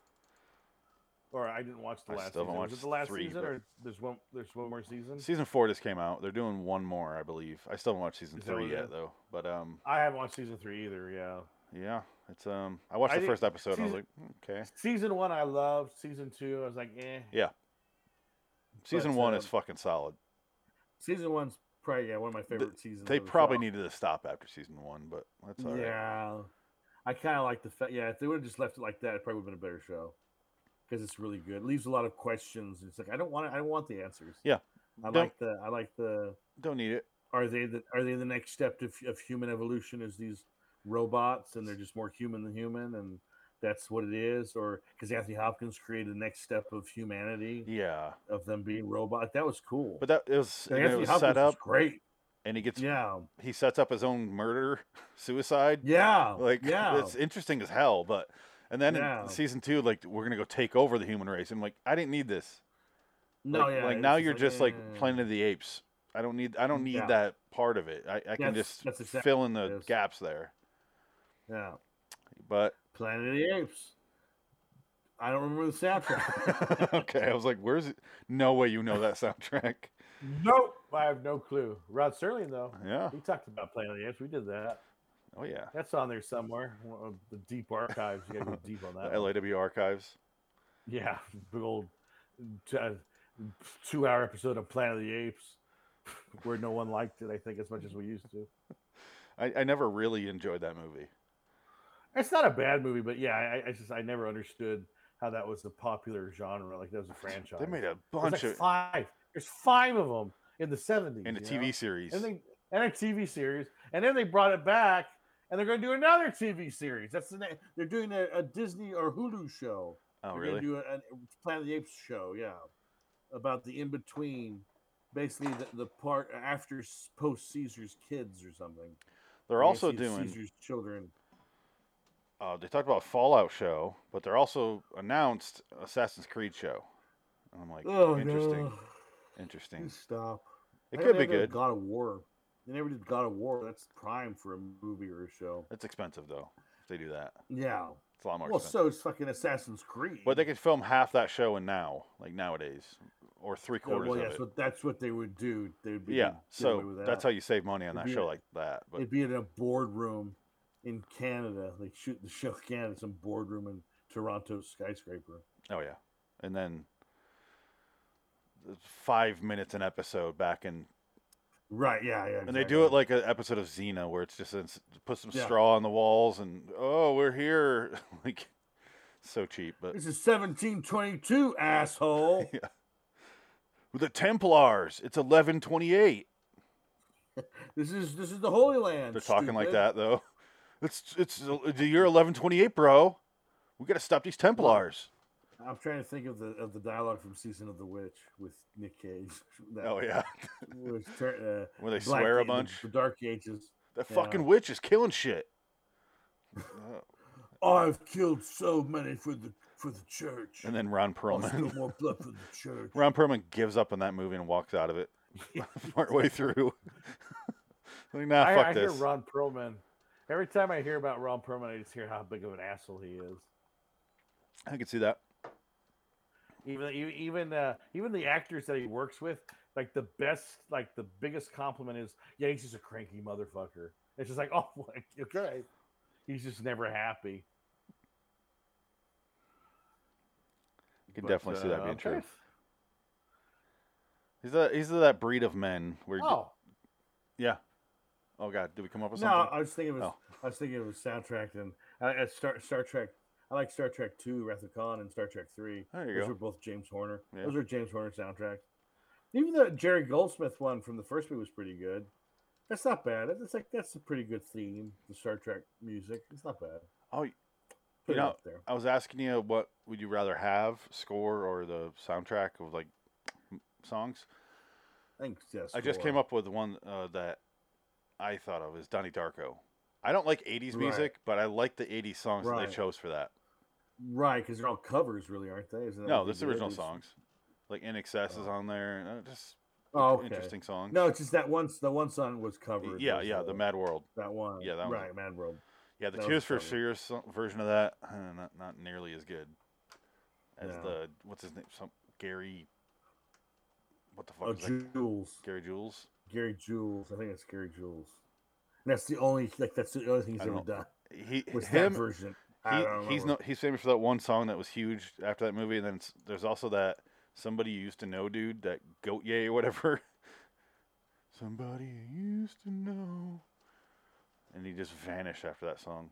S8: Or I didn't watch the
S1: I
S8: last
S1: still
S8: season.
S1: haven't
S8: Was it
S1: watched
S8: the last
S1: three,
S8: season
S1: but-
S8: or there's one there's one more season?
S1: Season four just came out. They're doing one more, I believe. I still haven't watched season
S8: Is that
S1: three
S8: what it
S1: yet,
S8: is?
S1: though. But um,
S8: I haven't watched season three either, yeah.
S1: yeah, it's um, I watched
S8: I
S1: the
S8: did-
S1: first episode. and I was like,
S8: season-
S1: okay.
S8: Season one I loved. Season two I was like, eh.
S1: Season
S8: but,
S1: one is
S8: um,
S1: fucking solid.
S2: Season one's probably yeah one of my favorite seasons.
S1: They
S2: of the
S1: probably
S2: show.
S1: needed to stop after season one, but that's all right.
S2: yeah, I kind of like the fact. Yeah, if they would have just left it like that, it probably would have been a better show because it's really good. It leaves a lot of questions. It's like I don't want. I don't want the answers.
S1: Yeah.
S2: I
S1: Don't-
S2: like the. I like the.
S1: Don't need it.
S2: Are they the? Are they the next step of, of human evolution? Is these robots and they're just more human than human and that's what it is or because anthony hopkins created the next step of humanity
S1: Yeah,
S2: of them being robot that was cool
S1: but that it was,
S2: Like,
S1: and it
S2: anthony
S1: was
S2: hopkins
S1: set
S2: was
S1: up,
S2: great
S1: and he gets
S2: yeah
S1: he sets up his own murder suicide.
S2: yeah
S1: Like,
S2: yeah
S1: it's interesting as hell. But and then
S2: Yeah.
S1: in season two, like we're gonna go take over the human race. I'm like, I didn't need this.
S2: No,
S1: like,
S2: yeah.
S1: like
S2: it's
S1: now you're just like
S2: eh.
S1: Planet of the Apes. I don't need I don't need
S2: Yeah.
S1: that part of it. I, I can
S2: That's-
S1: just
S2: that's exactly
S1: fill in
S2: what
S1: the
S2: it is.
S1: gaps there.
S2: Yeah.
S1: But
S2: Planet of the Apes. I don't remember the soundtrack.
S1: okay, I was like, where's it? No way you know that soundtrack.
S8: Nope. I have no clue. Rod Serling though.
S1: Yeah.
S8: We talked about playing the Apes. We did that.
S1: Oh yeah.
S8: That's on there somewhere. One of The deep archives. You gotta go deep on that.
S1: The
S8: one.
S1: LAW archives.
S8: Yeah, big old t- uh, two-hour episode of Planet of the Apes, where no one liked it. I think as much as we used to.
S1: I, I never really enjoyed that movie.
S8: It's not a bad movie, but yeah, I, I just I never understood how that was the popular genre. Like that was a franchise.
S1: They made
S8: There's
S1: a bunch
S8: like
S1: of
S8: five. There's five of them in the '70s.
S1: in a
S8: you
S1: TV
S8: know?
S1: series.
S8: and they and a TV series, and then they brought it back, and they're going to do another TV series. That's the name.
S2: They're doing a, a Disney or Hulu
S1: oh
S2: show. They're gonna
S1: really?
S2: Do a, a Planet of the Apes show, yeah, about the in between, basically the, the part after s- post Caesar's kids or something.
S1: They're
S2: I guess
S1: also
S2: it's
S1: doing.
S2: Caesar's children.
S1: Uh, they talked about Fallout show, but they're also announced Assassin's Creed show. And I'm like,
S2: Oh,
S1: interesting,
S2: no.
S1: interesting.
S2: Please stop.
S1: It
S2: How come
S1: could
S2: they
S1: be
S2: haven't done
S1: good.
S2: God of War. They never did God of War. That's prime for a movie or a show.
S1: It's expensive though. If they do that,
S2: Yeah.
S1: it's a lot more
S2: Well,
S1: expensive.
S2: so is fucking Assassin's Creed.
S1: But they could film half that show in now, like nowadays, or three
S2: Yeah,
S1: quarters
S2: well,
S1: of
S2: yeah,
S1: it.
S2: so that's what they would do. They would be
S1: yeah,
S2: get away
S1: so
S2: with
S1: that's how
S2: that.
S1: you save money on
S2: It'd
S1: that
S2: be
S1: show
S2: a-
S1: like that. But
S2: it'd be in a boardroom in Canada. They shoot the show in Canada, some boardroom in Toronto skyscraper.
S1: oh yeah, and then it's five minutes an episode back in,
S2: Right? Yeah, yeah.
S1: and they do it
S2: exactly.
S1: like an episode of Xena where it's just it's, put some
S2: Yeah.
S1: straw on the walls and oh we're here like so cheap, but
S2: this is 1722, asshole.
S1: the Templars it's eleven twenty eight.
S2: this is this is the Holy Land.
S1: They're talking like
S2: stupid.
S1: that though. It's it's uh, the year eleven twenty eight, bro. We gotta stop these Templars.
S2: I'm trying to think of the of the dialogue from Season of the Witch with Nick Cage. That
S1: Oh yeah.
S2: was tur- uh,
S1: Where they
S2: Black
S1: swear a
S2: Age, the-
S1: bunch.
S2: The Dark Ages.
S1: That
S2: Yeah.
S1: fucking witch is killing shit. Uh,
S2: I've killed so many for the for the church.
S1: and then Ron
S2: I'll
S1: Perlman.
S2: spill more blood for the church.
S1: Ron Perlman gives up on that movie and walks out of it part way through. like, nah,
S8: I,
S1: fuck
S8: I hear
S1: this.
S8: Ron Perlman. Every time I hear about Ron Perlman, I just hear how big of an asshole he is.
S1: I can see that.
S8: Even e- even uh, even the actors that he works with, like the best, like the biggest compliment is, yeah, he's just a cranky motherfucker. It's just like, oh, like, okay, he's just never happy.
S1: You can
S8: But,
S1: definitely see that
S8: uh,
S1: being
S8: I'm
S1: true.
S8: trying to-
S1: He's that he's that breed of men where you-
S8: Oh,
S1: yeah. Oh god, did we come up with
S2: No,
S1: something?
S2: I was thinking of a,
S1: Oh.
S2: I was thinking of a soundtrack and I, I Star Star Trek. I like Star Trek Two, Wrath of Khan, and Star Trek Three.
S1: There you
S2: Those
S1: go.
S2: are both James Horner.
S1: Yeah.
S2: Those are James Horner soundtracks. Even the Jerry Goldsmith one from the first movie was pretty good. That's not bad. That's like that's a pretty good theme. The Star Trek music. It's not bad.
S8: uh,
S1: Oh, you
S2: Put it
S1: know,
S2: up there.
S1: I was asking you what would you rather have, score or the soundtrack of like m- songs.
S2: I think
S1: I just came up with one uh, that I thought of is Donnie Darko. I don't like 80s
S2: Right.
S1: music, but I like the 80s songs that
S2: Right.
S1: they chose for that.
S2: Right, because they're all covers, really, aren't they? Isn't that
S1: No,
S2: what they
S1: this is
S2: did?
S1: original
S2: It's-
S1: songs. Like In Excess is on there. uh, Just
S2: Oh, okay.
S1: interesting songs.
S2: No, it's just that once the one song was covered.
S1: yeah,
S2: was,
S1: yeah,
S2: uh,
S1: the Mad World.
S2: that one.
S1: yeah, that one.
S2: right, Mad World.
S1: Yeah, the
S2: that was
S1: Tears for
S2: covered.
S1: Fears so- version of that, uh, not, not nearly as good as
S2: No.
S1: the, what's his name? Some Gary, what the fuck
S2: Oh,
S1: is that?
S2: Jules,
S1: Gary Jules?
S2: Gary Jules. I think it's Gary Jules. And that's the only like that's the only thing he's
S1: I
S2: ever
S1: don't-
S2: done
S1: He,
S2: was that
S1: him,
S2: version. I
S1: he,
S2: don't
S1: he's no,
S2: remember.
S1: he's famous for that one song that was huge after that movie, and then it's, there's also that somebody you used to know, dude, that goat yay or whatever. somebody you used to know, and he just vanished after that song.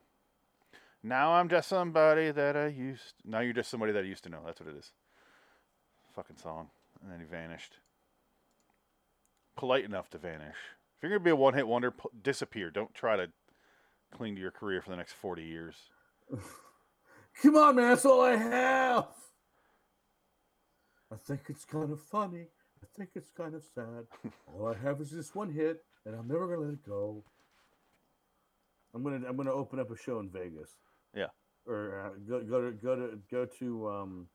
S1: Now I'm just somebody that I used. Now you're just somebody that I used to know. That's what it is. Fucking song, and then he vanished. Polite enough to vanish. If you're gonna be a one-hit wonder, p- disappear. Don't try to cling to your career for the next 40 years.
S2: Come on, man, that's all I have. I think it's kind of funny. I think it's kind of sad. all I have is this one hit, and I'm never gonna let it go. I'm gonna I'm gonna open up a show in Vegas.
S1: Yeah.
S2: Or uh, go go to go to go to um,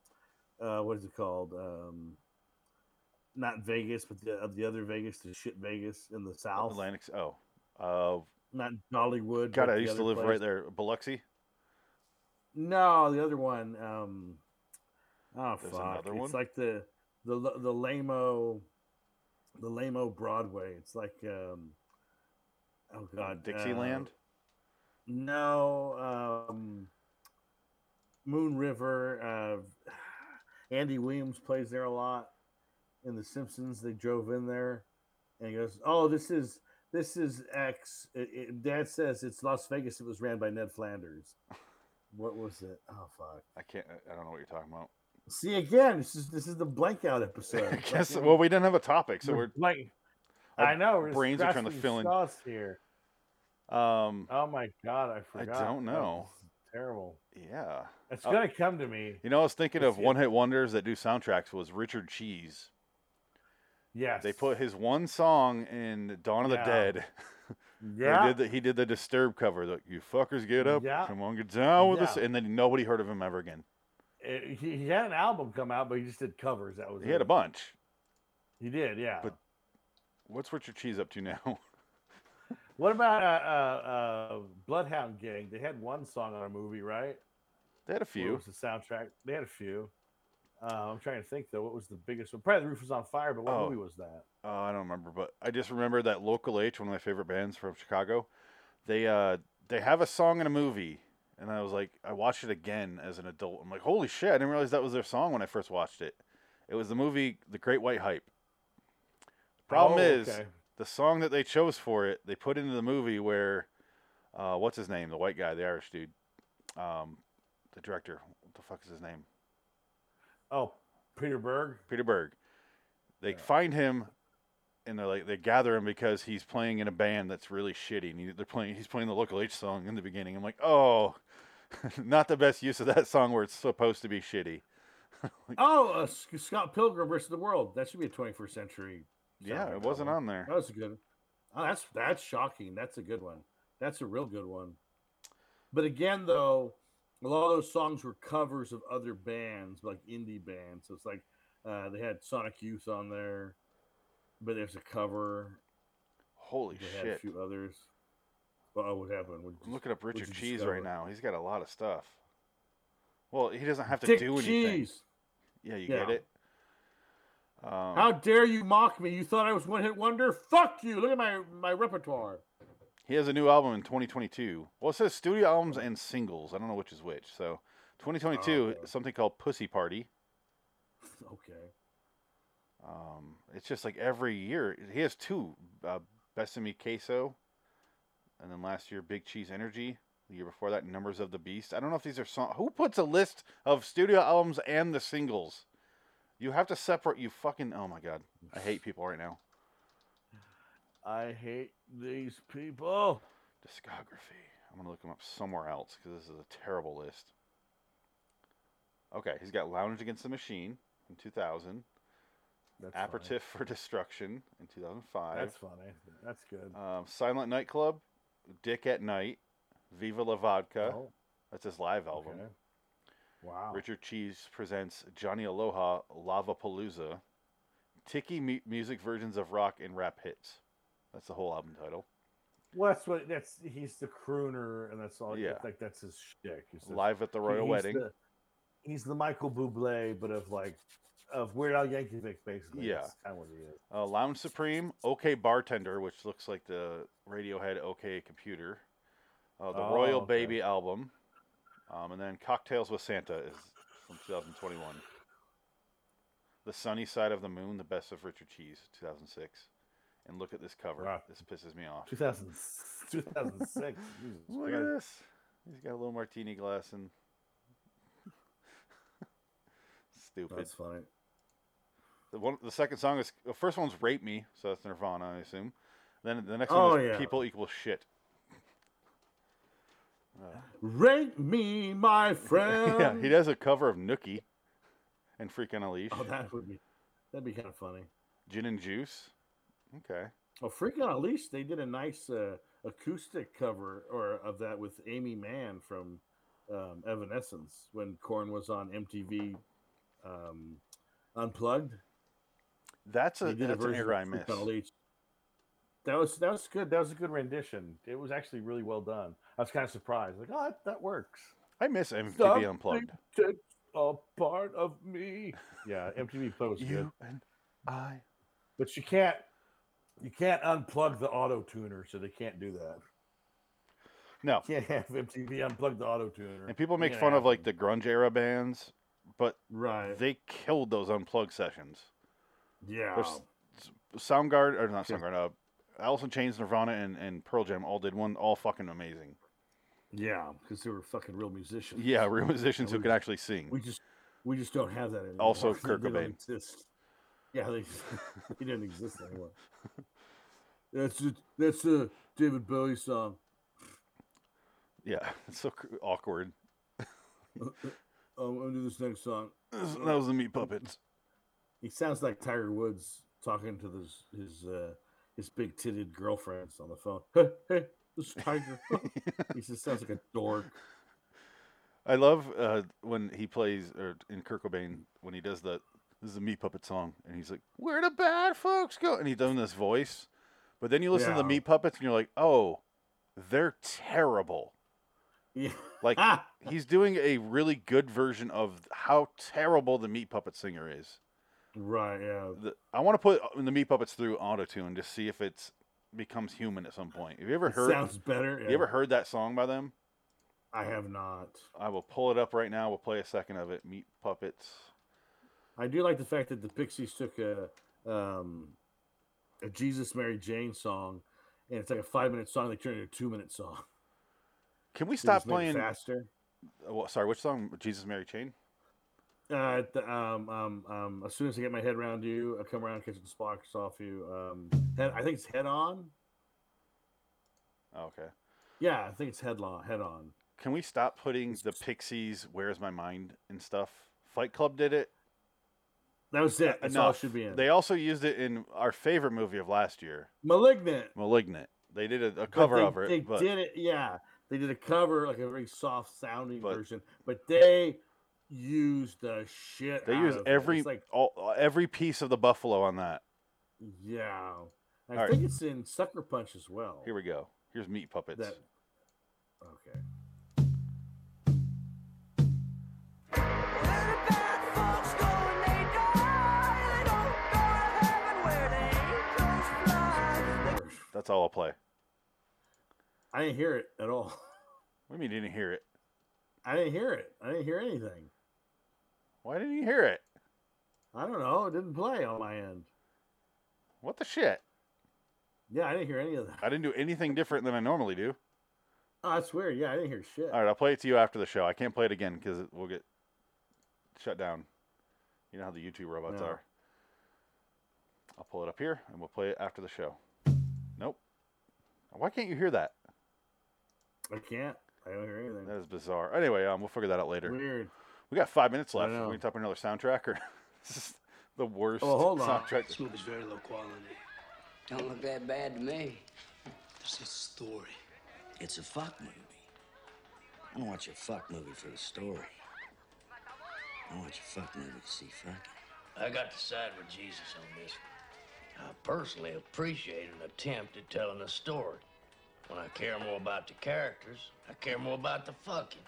S2: uh, what is it called? Um, not Vegas, but the of the other Vegas, the shit Vegas in the South.
S1: Atlantic. s- Oh, uh,
S2: Not Dollywood.
S1: God,
S2: but
S1: I
S2: the
S1: used to
S2: other
S1: live
S2: place.
S1: right there, Biloxi.
S2: No, the other one. Um, oh
S1: There's
S2: fuck!
S1: another one?
S2: It's like the the l- the lameo, the lameo Broadway. It's like um, oh
S1: uh,
S2: god, uh,
S1: Dixieland.
S2: no, um, Moon River. Uh, Andy Williams plays there a lot. In The Simpsons, they drove in there, and he goes, "Oh, this is." This is X. It, it- Dad says it's Las Vegas. It was ran by Ned Flanders. What was it? Oh fuck!
S1: I can't. I- I don't know what you're talking about.
S2: See again. This is this is the blank out episode.
S1: I guess.
S2: Fucking-
S1: Well, we didn't have a topic, so we're.
S8: like,
S1: our
S8: I know we're
S1: brains are trying to fill in.
S8: Sauce here.
S1: Um.
S8: Oh my god, I forgot.
S1: don't
S8: Oh,
S1: know.
S8: this is terrible.
S1: Yeah.
S8: It's
S1: Oh.
S8: gonna come to me.
S1: You know, I was thinking
S8: Let's
S1: of
S8: see.
S1: one-hit wonders that do soundtracks was Richard Cheese.
S8: Yes,
S1: They put his one song in Dawn of the
S8: Yeah.
S1: Dead.
S8: Yeah,
S1: He did the he did the Disturb cover. The, you fuckers get up.
S8: Yeah.
S1: Come on, get down with us.
S8: Yeah.
S1: And then nobody heard of him ever again.
S8: it- he, he had an album come out, but he just did covers. That was
S1: He had
S8: it.
S1: a bunch.
S8: He did, yeah.
S1: but- What's Richard Cheese up to now?
S8: what about uh, uh, uh, Bloodhound Gang? They had one song on a movie, right?
S1: they had a
S8: What
S1: few.
S8: was the soundtrack? They had a few. Uh, I'm trying to think though. What was the biggest one? Probably the roof was on fire. But what
S1: Oh.
S8: movie was that?
S1: Oh, I don't remember, but I just remember that Local H, one of my favorite bands from Chicago. They uh they have a song in a movie, and I was like, I watched it again as an adult. I'm like, holy shit! I didn't realize that was their song when I first watched it. It was the movie The Great White Hype. Problem
S8: Oh,
S1: is,
S8: okay.
S1: the song that they chose for it, they put into the movie where, uh, what's his name? The white guy, the Irish dude, um, the director. What the fuck is his name?
S8: oh Peter Berg.
S1: Peter Berg. They find him, and they're like they gather him because he's playing in a band that's really shitty. And he, they're playing he's playing the local H song in the beginning. I'm like, oh, not the best use of that song where it's supposed to be shitty.
S2: Oh, uh, S- Scott Pilgrim versus the World. That should be a 21st century.
S1: Yeah,
S2: soundtrack
S1: it wasn't
S2: album.
S1: on there.
S2: That was a good. Oh, that's that's shocking. That's a good one. That's a real good one. But again, though, a lot of those songs were covers of other bands, like indie bands. So it's like uh, they had Sonic Youth on there, but there's a cover.
S1: Holy
S2: They had a
S1: shit!
S2: few others. Oh, what happened? What
S1: I'm looking up
S2: what'd
S1: Richard
S2: you
S1: Cheese
S2: discover?
S1: right now. He's got a lot of stuff. Well, he doesn't have to
S2: Dick
S1: do anything.
S2: Cheese.
S1: Yeah, you
S2: Yeah.
S1: get it. Um,
S2: How dare you mock me? You thought I was one hit wonder? Fuck you! Look at my my repertoire.
S1: He has a new album in 2022. Well, it says studio albums and singles. I don't know which is which. So, 2022,
S2: okay.
S1: something called Pussy Party.
S2: Okay.
S1: Um, it's just like every year he has two: uh, Besame Queso, and then last year Big Cheese Energy. The year before that, Numbers of the Beast. I don't know if these are song. Who puts a list of studio albums and the singles? You have to separate. You fucking. Oh my god, I hate people right now.
S8: I hate these people.
S1: Discography. I'm gonna look him up somewhere else because this is a terrible list. Okay, he's got Lounge Against the Machine in 2000,
S8: That's funny.
S1: Aperitif for Destruction in 2005, Uh,
S8: That's funny. That's good.
S1: um, Silent Nightclub, Dick at Night Viva La Vodka.
S2: Oh,
S1: That's his live album.
S2: okay. Wow.
S1: Richard Cheese presents Johnny Aloha, Lava Palooza, Tiki mu- music versions of rock and rap hits. That's the whole album title.
S8: Well, that's what that's he's the crooner, and that's all. Yeah,
S1: Yeah.
S8: like that's his shtick. is that's-
S1: Live at the Royal
S8: he's
S1: Wedding.
S8: The, he's the Michael Bublé, but of like of Weird Al Yankovic, basically.
S1: Yeah.
S8: that's kind of what he is.
S1: Uh, Lounge Supreme, OK Bartender, which looks like the Radiohead OK Computer, uh, the
S8: Oh,
S1: Royal
S8: okay.
S1: Baby album, um, and then Cocktails with Santa is from 2021. The Sunny Side of the Moon, the best of Richard Cheese, 2006. And look at this cover.
S8: Wow.
S1: This pisses me off.
S8: 2000, 2006. Jesus
S1: Look at
S8: Christ.
S1: this. He's got a little martini glass and stupid.
S2: That's funny.
S1: The one, the second song is the first one's "Rape Me," so that's Nirvana, I assume. Then the next
S2: Oh,
S1: one is
S2: yeah.
S1: "People Equal Shit." Uh,
S2: Rate me, my friend.
S1: yeah, he does a cover of Nookie and Freak on a Leash,
S2: Oh, that would be that'd be kind of funny.
S1: Gin and Juice. Okay,
S2: Oh, Freak on a Leash, they did a nice uh, acoustic cover or of that with Amy Mann from um, Evanescence when Korn was on MTV um, Unplugged.
S1: that's
S2: They
S1: a
S2: did
S1: that's an error I
S2: of Freak
S1: missed.
S2: on a Leash.
S8: That was that was good. That was a good rendition. It was actually really well done. I was kind of surprised. Like, oh, that, that works.
S1: I miss MTV
S8: Something
S1: Unplugged.
S8: Takes a part of me. Yeah, MTV Play was good,
S1: You and I.
S8: but you can't you can't unplug the auto tuner, so they can't do that.
S1: No,
S8: Can't have MTV unplug the auto tuner.
S1: and people make fun of like the grunge era bands, but
S2: Right.
S1: they killed those unplugged sessions.
S2: yeah.
S1: There's Soundgarden or not Soundgarden, uh, Alice in Chains, Nirvana, and, and Pearl Jam all did one, all fucking amazing.
S2: Yeah, because they were fucking real musicians.
S1: Yeah, real musicians who
S2: we
S1: could
S2: just-
S1: actually sing.
S2: We just we just don't have that anymore.
S1: Also
S2: They
S1: Kurt
S2: don't
S1: Cobain.
S2: exist. Yeah, they, they didn't exist anymore. That's it. That's a David Bowie song.
S1: yeah, it's so cr- awkward.
S2: Oh, I'm gonna do this next song.
S1: That was the Meat Puppets.
S2: He sounds like Tiger Woods talking to this his uh, his big titted girlfriends on the phone. Hey, hey, this is Tiger. he just sounds like a dork.
S1: I love uh, when he plays or in Kurt Cobain when he does the this is a Meat Puppet song, and he's like, "Where the bad folks go?" and he's doing this voice, but then you listen to the
S2: Yeah.
S1: Meat Puppets, and you're like, "Oh, they're terrible."
S2: Yeah.
S1: Like
S2: Ah,
S1: he's doing a really good version of how terrible the Meat Puppet singer is.
S2: right. Yeah.
S1: the, I want to put uh, the Meat Puppets through autotune to see if it's becomes human at some point. Have you ever
S2: It
S1: heard?
S2: sounds better.
S1: You
S2: yeah.
S1: ever heard that song by them?
S2: I have not.
S1: I will pull it up right now. We'll play a second of it. Meat Puppets.
S2: I do like the fact that the Pixies took a um, a Jesus Mary Jane song, and it's like a five minute song. They turned it into a two minute song.
S1: Can we
S2: They
S1: stop
S2: just made it
S1: playing?
S2: faster.
S1: uh, well, sorry, which song? Jesus Mary Chain.
S2: Uh, the, um, um, um, as soon as I get my head around you, I come around, catch the sparks off you. Um, head, I think it's head on.
S1: Oh, okay.
S2: Yeah, I think it's headlong. Head on.
S1: Can we stop putting the Pixies "Where's My Mind" and stuff? Fight Club did it.
S2: That was it. That's all it
S1: Enough.
S2: should be in.
S1: Uh, They also used it in our favorite movie of last year,
S2: Malignant.
S1: *Malignant*. They did a, a
S2: but
S1: cover
S2: they,
S1: of it.
S2: They
S1: but
S2: did it. Yeah, they did a cover, like a very soft sounding
S1: But-
S2: version. But they used the shit.
S1: They
S2: out
S1: use
S2: of it.
S1: every
S2: It's like
S1: all, every piece of the buffalo on that.
S2: Yeah. I
S1: All right.
S2: think it's in Sucker Punch as well.
S1: Here we go. Here's Meat Puppets.
S2: that, okay.
S1: That's all I'll play.
S2: I didn't hear it at all.
S1: What do you mean you didn't hear it?
S2: I didn't hear it. I didn't hear anything.
S1: Why didn't you hear it?
S2: I don't know. It didn't play on my end.
S1: What the shit?
S2: Yeah, I didn't hear any of that.
S1: I didn't do anything different than I normally do.
S2: Oh, that's weird. Yeah, I didn't hear shit.
S1: All right, I'll play it to you after the show. I can't play it again because we'll get shut down. You know how the YouTube robots
S2: No.
S1: are. I'll pull it up here and we'll play it after the show. Nope. Why can't you hear that?
S2: I can't. I don't hear anything.
S1: That is bizarre. Anyway, um, we'll figure that out later.
S2: Weird.
S1: We got five minutes
S2: I
S1: left.
S2: know.
S1: We can talk about another soundtrack or this is the worst
S2: Oh, hold on.
S1: soundtrack.
S9: This movie's very low quality.
S5: Don't look that bad to me.
S9: There's a story. It's a fuck movie. I want your fuck movie for the story. I want your fuck movie to see fucking.
S10: I got to side with Jesus on this one. I personally appreciate an attempt at telling a story. When I care more about the characters, I care more about the fucking.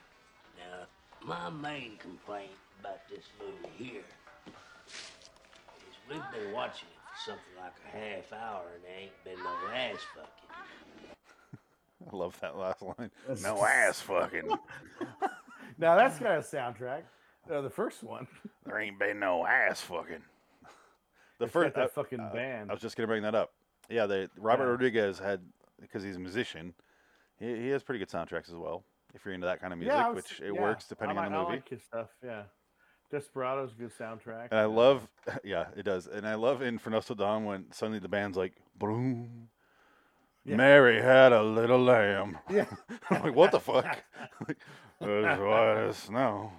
S10: Now, my main complaint about this movie here is we've been watching it for something like a half hour and there ain't been no ass fucking.
S1: I love that last line. No ass fucking.
S8: Now that's got a soundtrack. Uh, the first one.
S1: There ain't been no ass fucking. The
S8: It's
S1: first
S8: got that
S1: I-
S8: fucking
S1: I-
S8: band.
S1: I was just gonna bring that up. Yeah, they, Robert
S8: Yeah.
S1: Rodriguez had because he's a musician. He, he has pretty good soundtracks as well. If you're into that kind of music,
S8: I was-
S1: which it
S8: yeah,
S1: works
S8: I
S1: depending on
S8: like-
S1: the
S8: I
S1: movie.
S8: like his stuff. Yeah, Desperado's a good soundtrack.
S1: And I love, yeah, it does. And I love in Fernando Don when suddenly the band's like, broom.
S8: Yeah.
S1: Mary had a little lamb.
S8: Yeah.
S1: I'm like, what the fuck? like, it's white as snow.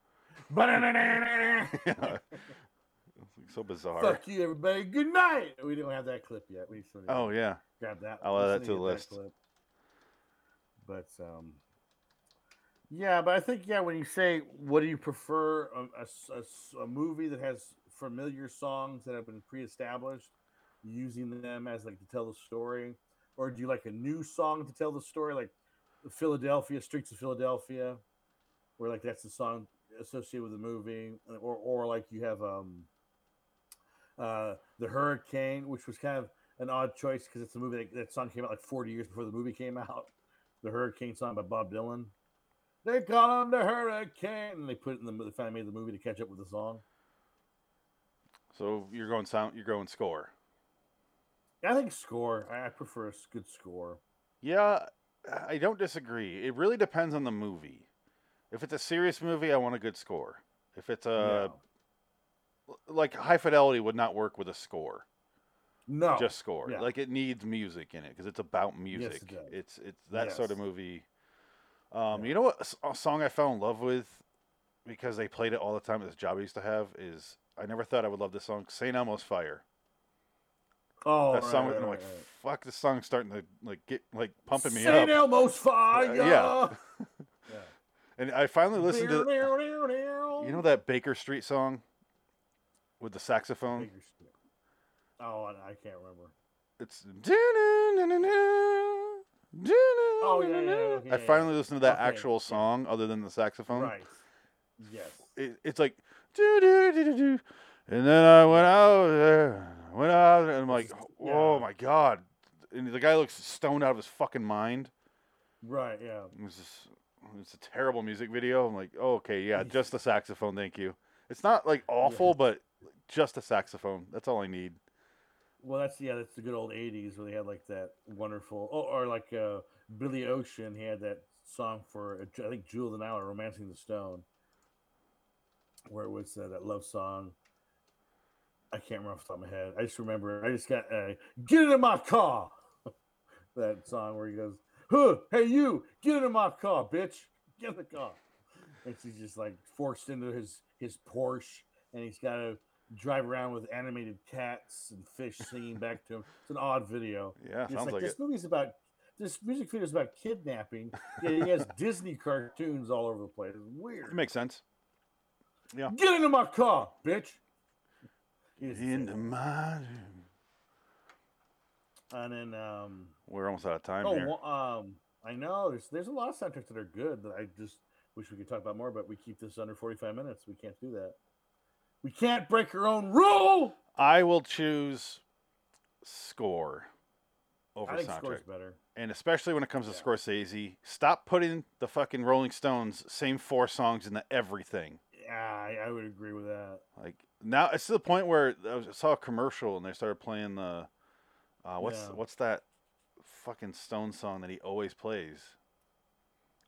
S8: Ba-da-da-da-da-da.
S1: Yeah. it's like so bizarre.
S2: Fuck you, everybody. Good night. We didn't have that clip yet. We sort of
S1: Oh, yeah.
S2: grab that.
S1: I'll add
S2: let's
S1: that
S2: see
S1: to the
S2: if
S1: list.
S2: clip. But um, yeah, but I think yeah, when you say what do you prefer a, a s- a s- a movie that has familiar songs that have been pre-established, using them as like to tell the story, or do you like a new song to tell the story, like Philadelphia Streets of Philadelphia, where like that's the song associated with the movie, or or like you have um, uh, the Hurricane, which was kind of an odd choice because it's a movie that, that song came out like 40 years before the movie came out. The Hurricane song by Bob Dylan. They call him the Hurricane, and they put it in the mo- they finally made the movie to catch up with the song.
S1: So you're going sound, you're going score.
S2: I think score. I, I prefer a s- good score.
S1: Yeah, I don't disagree. It really depends on the movie. If it's a serious movie, I want a good score. If it's a, like, high fidelity would not work with a score.
S2: no, No.
S1: just score.
S2: Oh, yeah.
S1: Like it needs music in it because it's about music.
S2: does.
S1: it's it's that sort of
S2: Yes.
S1: movie. Um, you know what s- a song I fell in love with because they played it all the time at this job I used to have is I never thought I would love this song. Saint Elmo's Fire.
S2: oh,
S1: that
S2: right,
S1: song,
S2: right,
S1: I'm
S2: right,
S1: like,
S2: right.
S1: fuck, this song's starting to like get like pumping me up.
S2: Saint
S1: Uh,
S2: Elmo's fire.
S1: yeah. And I finally listened to
S2: you
S1: you know that Baker Street song with the saxophone.
S2: Oh, I, I can't remember.
S1: It's oh
S2: yeah, yeah, okay,
S1: I
S2: yeah,
S1: finally listened to that
S2: Okay, yeah.
S1: actual song other than the saxophone.
S2: Right. Yes.
S1: It, it's like do do do do do, and then I went out there, went out there, and I'm like, oh
S2: yeah.
S1: my god, and the guy looks stoned out of his fucking mind.
S2: Right. Yeah.
S1: It was just, it's a terrible music video. I'm like, oh, okay, yeah, just the saxophone, thank you. It's not like awful, but just the saxophone. That's all I need.
S2: Well, that's yeah, that's the good old '80s where they had like that wonderful, oh, or like uh, Billy Ocean. He had that song for uh, I think Jewel of the Nile, or "Romancing the Stone," where it was uh, that love song. I can't remember off the top of my head. I just remember. I just got uh, "Get It in My Car," that song where he goes, "Huh, hey you, get it in my car, bitch, get in the car." And she's just like forced into his his Porsche, and he's got to drive around with animated cats and fish singing back to him. It's an odd video.
S1: Yeah,
S2: It's
S1: sounds
S2: like,
S1: like
S2: this
S1: it.
S2: movie's about this music video is about kidnapping. Yeah, he has Disney cartoons all over the place. It's
S1: It
S2: weird.
S1: makes sense.
S2: Get into my car, bitch. He doesn't say
S1: Into
S2: that.
S1: my room.
S2: and then um
S1: We're almost out of time
S2: oh
S1: here.
S2: wa- um I know there's there's a lot of soundtracks that are good that I just wish we could talk about more, but we keep this under 45 minutes. We can't do that. We can't break your own rule.
S1: I will choose score over
S2: I think
S1: soundtrack.
S2: score's better.
S1: And especially when it comes to
S2: Yeah.
S1: Scorsese, stop putting the fucking Rolling Stones same four songs into everything.
S2: Yeah, I, I would agree with that.
S1: Like now it's to the point where I was- I saw a commercial and they started playing the uh, what's
S2: Yeah.
S1: what's that fucking Stone song that he always plays?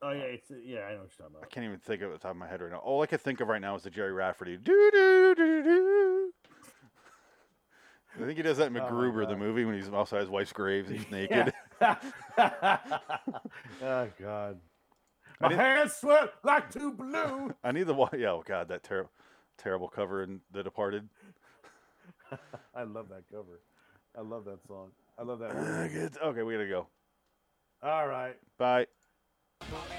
S2: Oh yeah, it's yeah, I know what you're talking
S1: I
S2: about.
S1: can't even think of it off the top of my head right now. All I can think of right now is the Jerry Rafferty do do do do. I think he does that in
S8: Oh my
S1: MacGruber, the
S8: God.
S1: movie, when he's outside his wife's grave, he's naked.
S8: oh God. My
S1: didn't-
S8: hands sweat like two blue.
S1: I need the wa- yeah. Oh god, that terrible, terrible cover in The Departed.
S8: I love that cover. I love that song. I love that.
S1: okay, we gotta go.
S8: All right.
S1: Bye.
S9: Fuck